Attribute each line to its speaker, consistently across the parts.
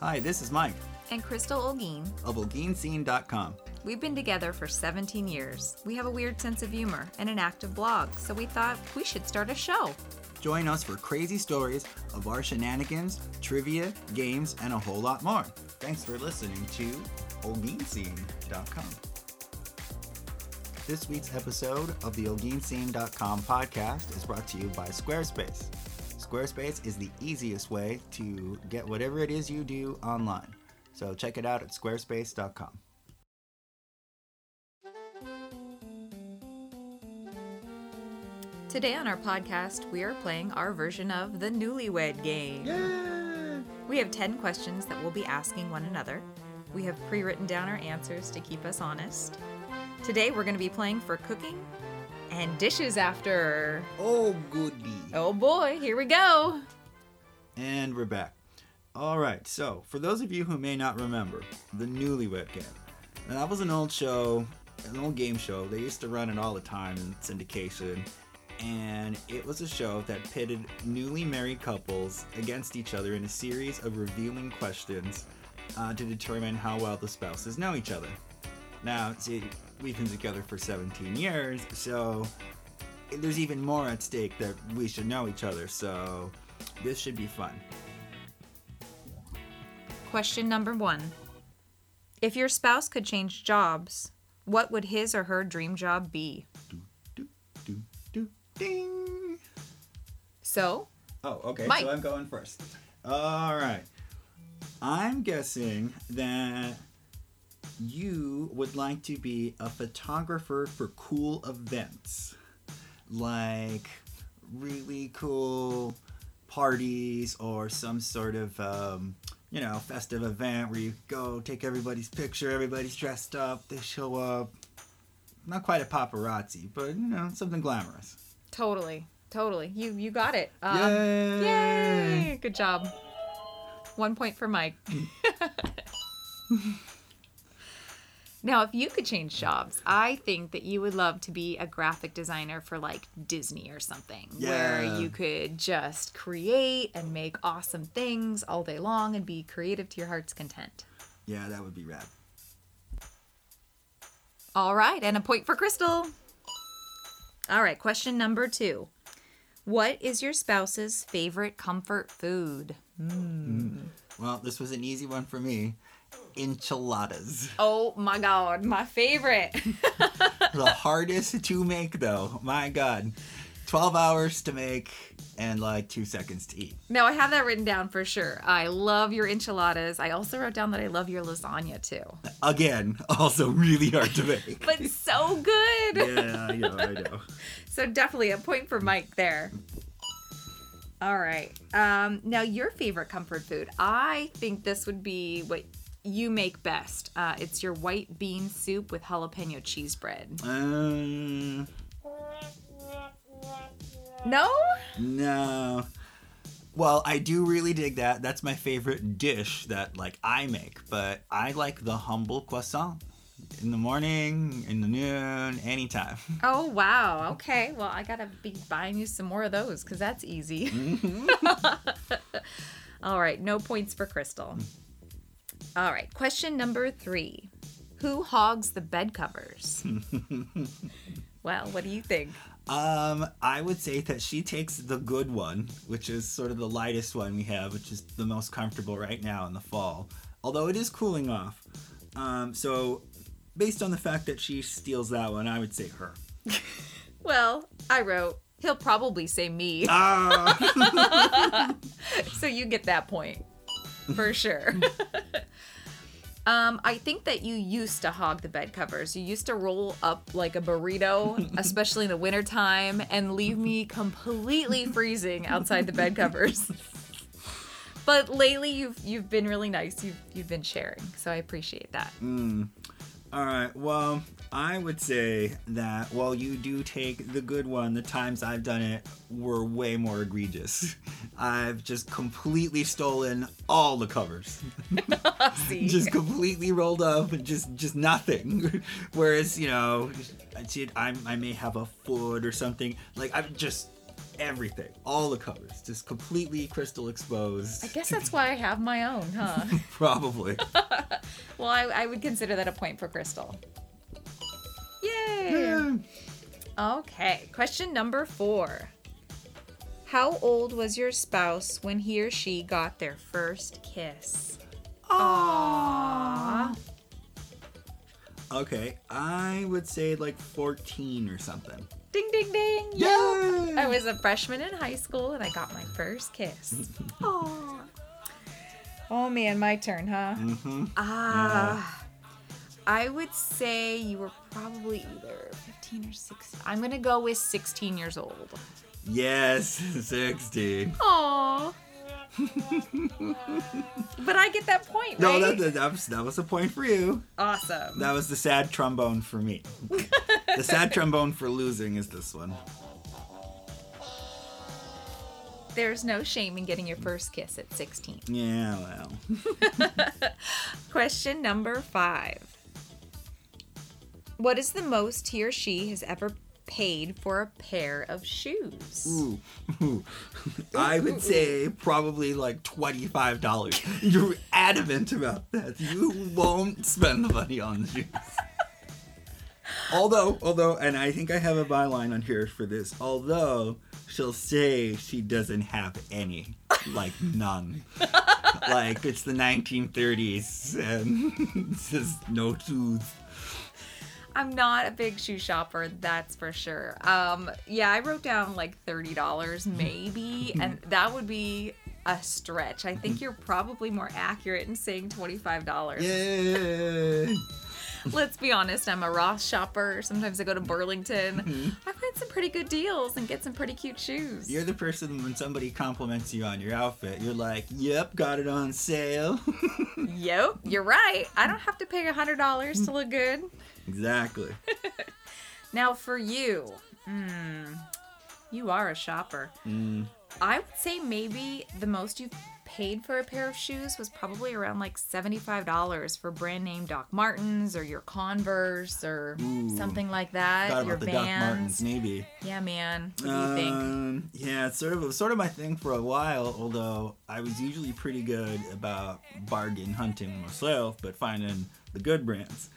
Speaker 1: Hi, this is Mike
Speaker 2: and Crystal Olguin.
Speaker 1: of OlgeenScene.com.
Speaker 2: We've been together for 17 years. We have a weird sense of humor and an active blog, so we thought we should start a show.
Speaker 1: Join us for crazy stories of our shenanigans, trivia, games, and a whole lot more. Thanks for listening to OlgeenScene.com. This week's episode of the OlgeenScene.com podcast is brought to you by Squarespace. Squarespace is the easiest way to get whatever it is you do online. So check it out at squarespace.com.
Speaker 2: Today on our podcast, we are playing our version of the newlywed game. We have 10 questions that we'll be asking one another. We have pre written down our answers to keep us honest. Today, we're going to be playing for cooking and dishes after.
Speaker 1: Oh, goody.
Speaker 2: Oh boy, here we go.
Speaker 1: And we're back. All right, so for those of you who may not remember, the Newlywed Game. Now, that was an old show, an old game show. They used to run it all the time in syndication. And it was a show that pitted newly married couples against each other in a series of revealing questions uh, to determine how well the spouses know each other. Now, see, we've been together for 17 years, so there's even more at stake that we should know each other, so this should be fun.
Speaker 2: Question number one If your spouse could change jobs, what would his or her dream job be?
Speaker 1: Do, do, do, do, ding.
Speaker 2: So,
Speaker 1: Oh, okay.
Speaker 2: Mike.
Speaker 1: So I'm going first. All right. I'm guessing that you would like to be a photographer for cool events, like really cool parties or some sort of um, you know festive event where you go take everybody's picture, everybody's dressed up, they show up. Not quite a paparazzi, but you know something glamorous.
Speaker 2: totally, totally. You you got it. Um,
Speaker 1: Yay!
Speaker 2: yay! Good job. One point for Mike. now, if you could change jobs, I think that you would love to be a graphic designer for like Disney or something,
Speaker 1: Yeah.
Speaker 2: where you could just create and make awesome things all day long and be creative to your heart's content.
Speaker 1: Yeah, that would be rad.
Speaker 2: All right, and a point for Crystal. All right, question number two. What is your spouse's favorite comfort food?
Speaker 1: Well, this was an easy one for me. Enchiladas.
Speaker 2: Oh my God, my favorite.
Speaker 1: the hardest to make, though. My God. 12 hours to make and like two seconds to eat.
Speaker 2: no, I have that written down for sure. I love your enchiladas. I also wrote down that I love your lasagna too.
Speaker 1: Again, also really hard to make.
Speaker 2: But so good.
Speaker 1: yeah, I know, I know.
Speaker 2: So definitely a point for Mike there. All right. Um, now your favorite comfort food. I think this would be what you make best. Uh, it's your white bean soup with jalapeno cheese bread.
Speaker 1: Um,
Speaker 2: No?
Speaker 1: no. Well, I do really dig that. That's my favorite dish that like I make, but I like the humble croissant in the morning, in the noon, anytime.
Speaker 2: Oh wow. Okay. Well, I gotta be buying you some more of those because that's easy. All right. No points for Crystal. All right. Question number three. Who hogs the bed covers? well, what do you think?
Speaker 1: Um, I would say that she takes the good one, which is sort of the lightest one we have, which is the most comfortable right now in the fall. Although it is cooling off. Um, so based on the fact that she steals that one, I would say her.
Speaker 2: Well, I wrote, he'll probably say me.
Speaker 1: Ah,
Speaker 2: so you get that point for sure. um, I think that you used to hog the bed covers. You used to roll up like a burrito, especially in the wintertime, and leave me completely freezing outside the bed covers. But lately, you've you've been really nice. You've you've been sharing, so I appreciate that.
Speaker 1: Mm, all right. Well, I would say that while you do take the good one, the times I've done it were way more egregious. I've just completely stolen all the covers.
Speaker 2: See?
Speaker 1: just completely rolled up and just just nothing whereas you know I see it, I'm, i may have a foot or something like i'm just everything, all the covers, just completely crystal exposed.
Speaker 2: I guess that's why I have my own, huh?
Speaker 1: Probably.
Speaker 2: well, I, I would consider that a point for Crystal. Yay!
Speaker 1: Yeah.
Speaker 2: Okay, question number four. How old was your spouse when he or she got their first kiss? Ah, Aww.
Speaker 1: Okay, I would say like 14 or something.
Speaker 2: Ding, ding, ding. Yep.
Speaker 1: Yay!
Speaker 2: I was a freshman in high school and I got my first kiss. Aww. Oh man, my turn, huh?
Speaker 1: Mm-hmm.
Speaker 2: Ah. I would say you were probably either 15 or 16. I'm going to go with 16 years old.
Speaker 1: Yes, 16.
Speaker 2: Aww. but I get that point, right?
Speaker 1: No, that, that, that, was, that was a point for you.
Speaker 2: awesome.
Speaker 1: That was the sad trombone for me. the sad trombone for losing is this one.
Speaker 2: There's no shame in getting your first kiss at 16.
Speaker 1: Yeah, well.
Speaker 2: Question number five What is the most he or she has ever paid for a pair of shoes?
Speaker 1: Ooh, ooh. I would say probably like $25. You're adamant about that. You won't spend the money on the shoes. although, although, and I think I have a byline on here for this, although she'll say she doesn't have any, like none. like it's the 1930s and it's just no shoes.
Speaker 2: I'm not a big shoe shopper, that's for sure. Um, yeah, I wrote down like $30 maybe, and that would be a stretch. I think you're probably more accurate in saying $25.
Speaker 1: Yay!
Speaker 2: Let's be honest, I'm a Ross shopper. Sometimes I go to Burlington. I find some pretty good deals and get some pretty cute shoes.
Speaker 1: Mm-hmm. You're the person when somebody compliments you on your outfit, you're like, yep, got it on sale.
Speaker 2: Yep, you're right. I don't have to pay $100 to look good.
Speaker 1: exactly.
Speaker 2: Now for you, mm, you are a shopper.
Speaker 1: Mm.
Speaker 2: I would say maybe the most you've paid for a pair of shoes was probably around like $75 for brand name Doc Martens or your Converse or
Speaker 1: Ooh.
Speaker 2: something like that.
Speaker 1: Thought
Speaker 2: your
Speaker 1: about the Doc
Speaker 2: Vans.
Speaker 1: Martens, maybe.
Speaker 2: yeah, man. What do you think?
Speaker 1: Um, yeah, it's sort of it was sort of my thing for a while. Although I was usually pretty good about bargain hunting myself, but finding the good brands.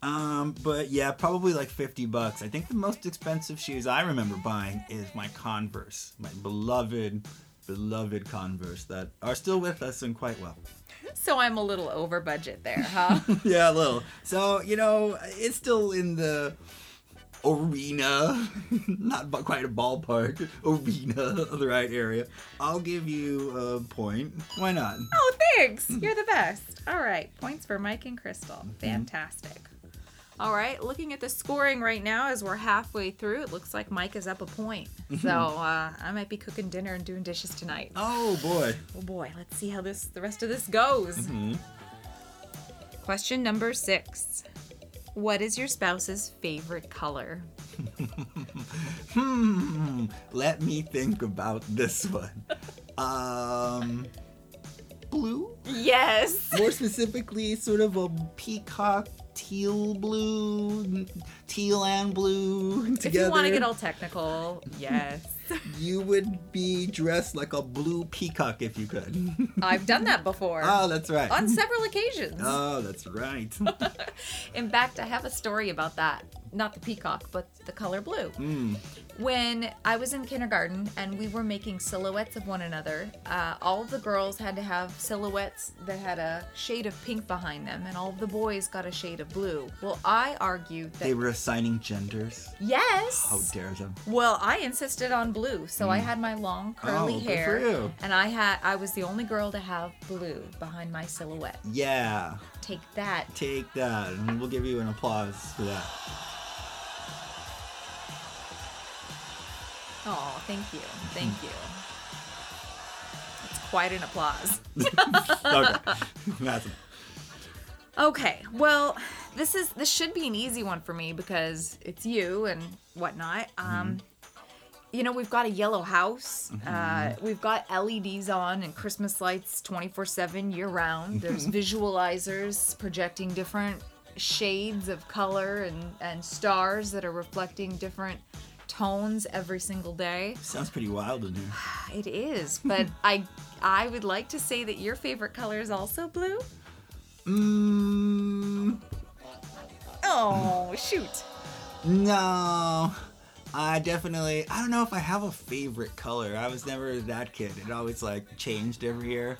Speaker 1: Um, but yeah, probably like fifty bucks. I think the most expensive shoes I remember buying is my Converse, my beloved, beloved Converse that are still with us and quite well.
Speaker 2: So I'm a little over budget there, huh?
Speaker 1: yeah, a little. So you know, it's still in the arena, not bu- quite a ballpark arena of the right area. I'll give you a point. Why not?
Speaker 2: Oh, thanks. You're the best. All right. Points for Mike and Crystal. Fantastic. All right. Looking at the scoring right now as we're halfway through, it looks like Mike is up a point. So uh, I might be cooking dinner and doing dishes tonight.
Speaker 1: Oh boy.
Speaker 2: Oh boy, let's see how this the rest of this goes. Question number six. What is your spouse's favorite color?
Speaker 1: Hmm. Let me think about this one. Um, blue.
Speaker 2: Yes.
Speaker 1: More specifically, sort of a peacock teal blue, teal and blue together.
Speaker 2: If you want to get all technical, yes.
Speaker 1: You would be dressed like a blue peacock if you could.
Speaker 2: I've done that before
Speaker 1: oh, that's right.
Speaker 2: on several occasions.
Speaker 1: oh, that's right.
Speaker 2: In fact, I have a story about that. Not the peacock, but the color blue.
Speaker 1: Mm.
Speaker 2: When I was in kindergarten and we were making silhouettes of one another, uh, all of the girls had to have silhouettes that had a shade of pink behind them, and all of the boys got a shade of blue. Well, I argued that.
Speaker 1: They were assigning genders.
Speaker 2: yes!
Speaker 1: How dare them?
Speaker 2: Well, I insisted on blue, so I had my long curly
Speaker 1: Oh, good for
Speaker 2: hair,
Speaker 1: you.
Speaker 2: and I had—I was the only girl to have blue behind my silhouette.
Speaker 1: Yeah,
Speaker 2: Take that,
Speaker 1: take that, and we'll give you an applause for that.
Speaker 2: Oh, thank you. Thank you. It's quite an applause.
Speaker 1: Okay. That's-
Speaker 2: Okay, well, this is this should be an easy one for me because it's you and whatnot. Um, You know, we've got a yellow house. Uh, we've got LEDs on and Christmas lights 24 7 year round. There's visualizers projecting different shades of color and, and stars that are reflecting different tones every single day.
Speaker 1: Sounds pretty wild in here.
Speaker 2: It is, but I I would like to say that your favorite color is also blue.
Speaker 1: Mmm.
Speaker 2: Oh, shoot.
Speaker 1: No. I definitely, I don't know if I have a favorite color. I was never that kid. It always like changed every year.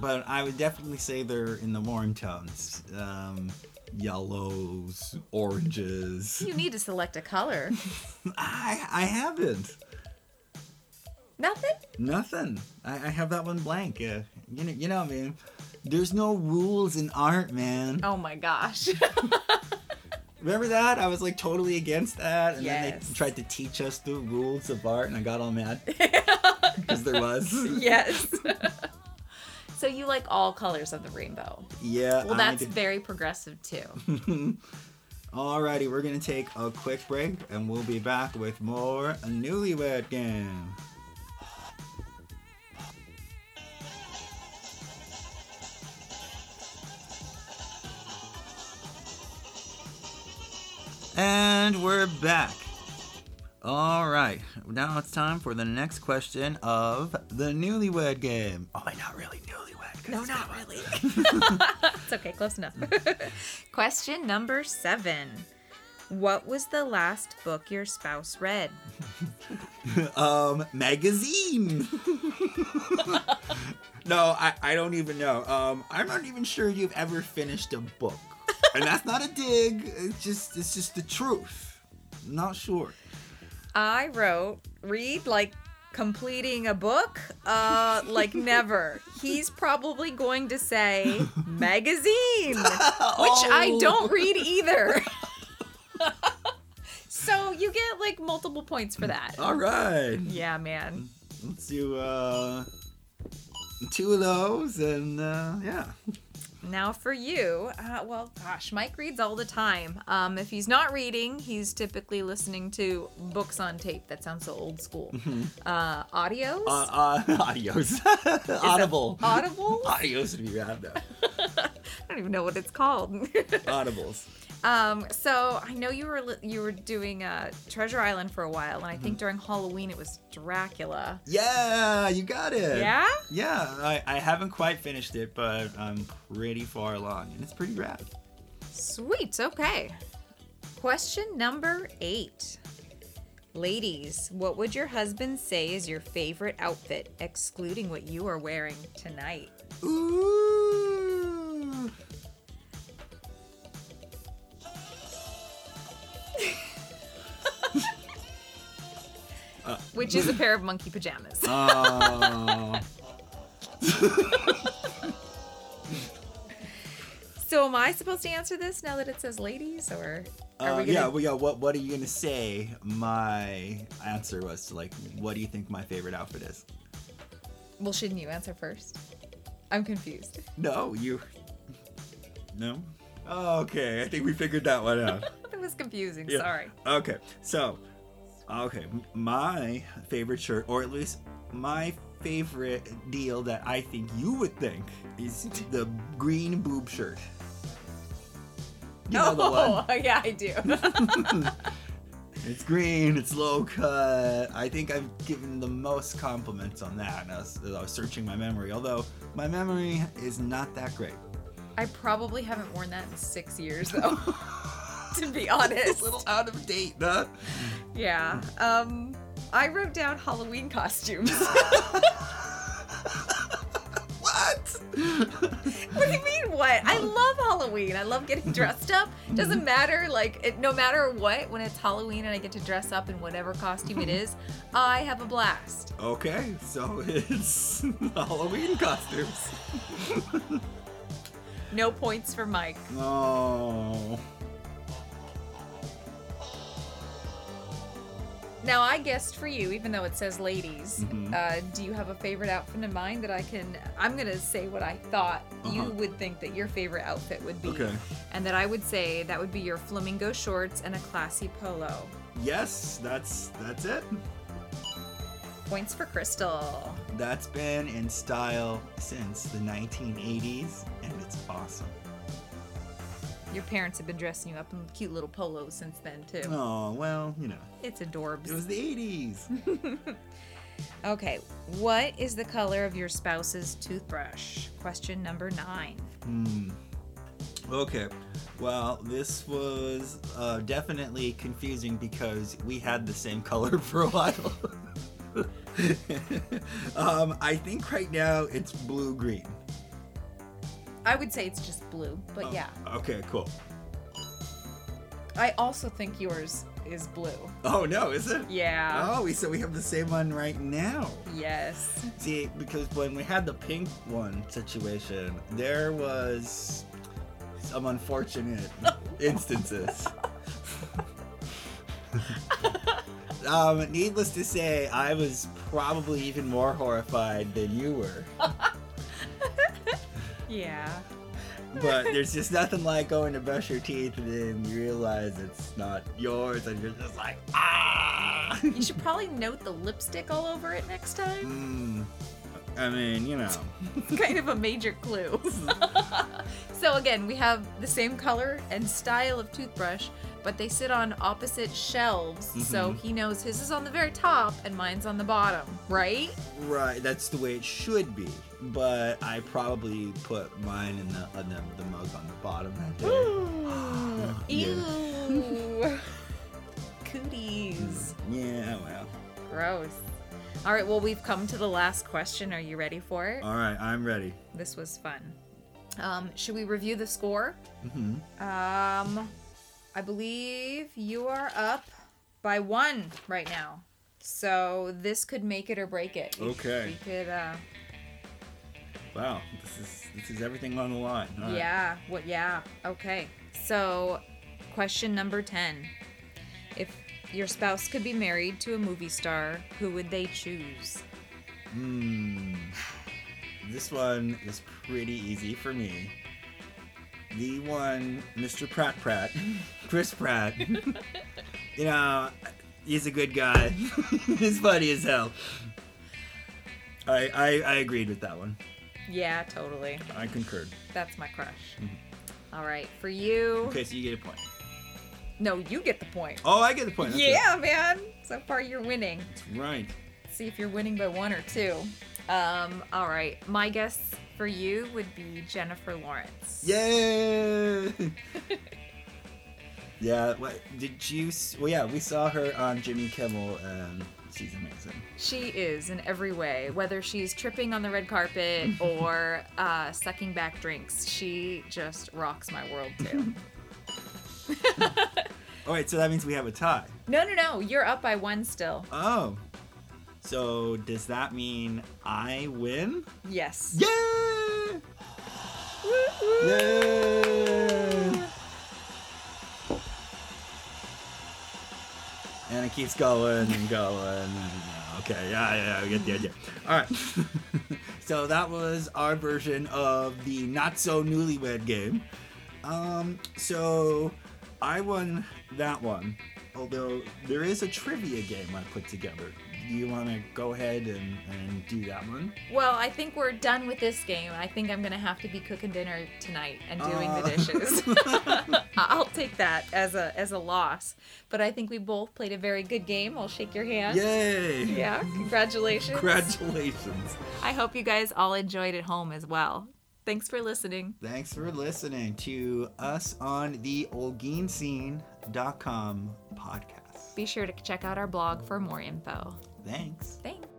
Speaker 1: But I would definitely say they're in the warm tones um, yellows, oranges.
Speaker 2: You need to select a color.
Speaker 1: I, I haven't.
Speaker 2: Nothing?
Speaker 1: Nothing. I, I have that one blank. Yeah. You, know, you know me. There's no rules in art, man.
Speaker 2: Oh my gosh.
Speaker 1: Remember that? I was like totally against that, and then
Speaker 2: Yes.
Speaker 1: they tried to teach us the rules of art, and I got all mad because there was.
Speaker 2: yes. so you like all colors of the rainbow.
Speaker 1: Yeah.
Speaker 2: Well,
Speaker 1: I
Speaker 2: that's
Speaker 1: did-
Speaker 2: very progressive too.
Speaker 1: Alrighty, we're gonna take a quick break, and we'll be back with more Newlywed Game. And we're back. All right, now it's time for the next question of the Newlywed Game. Oh, wait, not really Newlywed. 'cause it's been a while.
Speaker 2: really. it's okay, close enough. Question number seven What was the last book your spouse read?
Speaker 1: um magazine no I, I don't even know um i'm not even sure you've ever finished a book and that's not a dig it's just it's just the truth not sure
Speaker 2: I wrote, read like completing a book? Uh, like never. He's probably going to say magazine, which I
Speaker 1: Oh.
Speaker 2: don't read either. so you get like multiple points for that.
Speaker 1: all right
Speaker 2: Yeah, man.
Speaker 1: let's do uh two of those and uh yeah
Speaker 2: Now for you, uh, well, gosh, Mike reads all the time. Um, if he's not reading, he's typically listening to books on tape. That sounds so old school. Uh, audios,
Speaker 1: Mm-hmm. uh, uh audios audible
Speaker 2: Audible. I
Speaker 1: audios would be bad though
Speaker 2: don't even know what it's called.
Speaker 1: audibles
Speaker 2: um, so I know you were li- you were doing uh, Treasure Island for a while, and I
Speaker 1: Mm-hmm.
Speaker 2: think during Halloween it was Dracula.
Speaker 1: yeah you got it
Speaker 2: Yeah.
Speaker 1: Yeah, I, I haven't quite finished it, but I'm pretty far along, and it's pretty rad.
Speaker 2: Sweet. Okay. Question number eight. Ladies, what would your husband say is your favorite outfit, excluding what you are wearing tonight?
Speaker 1: Ooh.
Speaker 2: Which is a pair of monkey pajamas.
Speaker 1: Oh.
Speaker 2: So, am I supposed to answer this now that it says ladies, or are
Speaker 1: Uh,
Speaker 2: we
Speaker 1: yeah,
Speaker 2: gonna?
Speaker 1: well, yeah. What What are you gonna say? My answer was to like, what do you think my favorite outfit is?
Speaker 2: Well, shouldn't you answer first? I'm confused.
Speaker 1: No, you. No. Okay, I think we figured that one out.
Speaker 2: That was confusing.
Speaker 1: Yeah.
Speaker 2: Sorry.
Speaker 1: Okay, so, okay, m- my favorite shirt, or at least my favorite deal that I think you would think is the green boob shirt. You know the one.
Speaker 2: Oh, yeah, I do.
Speaker 1: It's green. It's low cut. I think I've given the most compliments on that. And I was, I was searching my memory, although my memory is not that great.
Speaker 2: I probably haven't worn that in six years, though. to be honest.
Speaker 1: It's a little out of date, huh?
Speaker 2: Yeah. Um, I wrote down Halloween costumes.
Speaker 1: What?
Speaker 2: what do you mean? What? I love Halloween. I love getting dressed up. Doesn't matter. Like it, no matter what, when it's Halloween and I get to dress up in whatever costume it is, I have a blast.
Speaker 1: Okay, so it's Halloween costumes.
Speaker 2: No points for Mike.
Speaker 1: Oh.
Speaker 2: Now I guessed for you, even though it says ladies.
Speaker 1: Mhm.
Speaker 2: Uh, do you have a favorite outfit in mind that I can? I'm gonna say what I thought you
Speaker 1: Uh-huh.
Speaker 2: would think that your favorite outfit would be,
Speaker 1: Okay.
Speaker 2: and that I would say that would be your flamingo shorts and a classy polo.
Speaker 1: Yes, that's that's it.
Speaker 2: Points for Crystal.
Speaker 1: That's been in style since the 1980s and it's awesome.
Speaker 2: Your parents have been dressing you up in cute little polos since then, too.
Speaker 1: Oh, well, you know,
Speaker 2: It's
Speaker 1: it
Speaker 2: adorbs.
Speaker 1: was the 80s.
Speaker 2: Okay, what is the color of your spouse's toothbrush? Question number nine.
Speaker 1: Hmm. Okay. Well, this was uh, definitely confusing because we had the same color for a while. um, I think right now it's blue green.
Speaker 2: I would say it's just blue, but
Speaker 1: Oh.
Speaker 2: yeah.
Speaker 1: Okay, cool.
Speaker 2: I also think yours is blue.
Speaker 1: Oh, no, is it?
Speaker 2: Yeah.
Speaker 1: Oh, we so we have the same one right now.
Speaker 2: Yes.
Speaker 1: See, because when we had the pink one situation, there was some unfortunate instances. um, needless to say, I was probably even more horrified than you were.
Speaker 2: Oh. Yeah.
Speaker 1: But there's just nothing like going to brush your teeth and then you realize it's not yours, and you're just like, ah.
Speaker 2: You should probably note the lipstick all over it next time.
Speaker 1: Mm, I mean, you know.
Speaker 2: It's kind of a major clue. so again, we have the same color and style of toothbrush, but they sit on opposite shelves. So he knows his is on the very top and mine's on the bottom, right?
Speaker 1: Right, that's the way it should be. But I probably put mine in the in the, the mug on the bottom that day.
Speaker 2: Ew. Cooties.
Speaker 1: yeah, well.
Speaker 2: Gross. All right, well, we've come to the last question. Are you ready for it?
Speaker 1: All right, I'm ready.
Speaker 2: This was fun. Um, should we review the score?
Speaker 1: hmm
Speaker 2: Um, I believe you are up by one right now. So this could make it or break it. We-
Speaker 1: Okay.
Speaker 2: We could, uh,
Speaker 1: Wow, this is this is everything on the line. All right.
Speaker 2: yeah. What? Yeah. Okay. So, question number ten: If your spouse could be married to a movie star, who would they choose?
Speaker 1: Hmm. This one is pretty easy for me. The one, Mr. Pratt Pratt, Chris Pratt. you know, he's a good guy. he's funny as hell. I, I I agreed with that one.
Speaker 2: Yeah, totally.
Speaker 1: I concurred.
Speaker 2: That's my crush. All right, for you.
Speaker 1: Mm-hmm. Okay, so you get a point.
Speaker 2: No, you get the point.
Speaker 1: Oh, I get the point. that's right.
Speaker 2: yeah, man. So far, you're winning.
Speaker 1: That's right.
Speaker 2: See if you're winning by one or two. Um, all right. My guess for you would be Jennifer Lawrence.
Speaker 1: Yeah. yeah. What did you? s- Well, yeah, we saw her on Jimmy Kimmel, um, and she's amazing.
Speaker 2: She is in every way, whether she's tripping on the red carpet or uh, sucking back drinks. She just rocks my world too.
Speaker 1: All right, so that means we have a tie.
Speaker 2: no, no, no. You're up by one still.
Speaker 1: Oh. So does that mean I win?
Speaker 2: Yes.
Speaker 1: Yeah. Yeah. And it keeps going and going. and- Okay, yeah, yeah, yeah, I get the idea. All right. so that was our version of the not so newlywed game. Um, so I won that one. Although there is a trivia game I put together. Do you want to go ahead and, and do that one?
Speaker 2: Well, I think we're done with this game. I think I'm gonna have to be cooking dinner tonight and doing
Speaker 1: Uh.
Speaker 2: the dishes. I'll take that as a as a loss. But I think we both played a very good game. I'll shake your hand.
Speaker 1: Yay!
Speaker 2: Yeah, congratulations.
Speaker 1: Congratulations.
Speaker 2: I hope you guys all enjoyed at home as well. Thanks for listening.
Speaker 1: Thanks for listening to us on the olgeenscene.com podcast.
Speaker 2: Be sure to check out our blog for more info.
Speaker 1: Thanks.
Speaker 2: Thanks.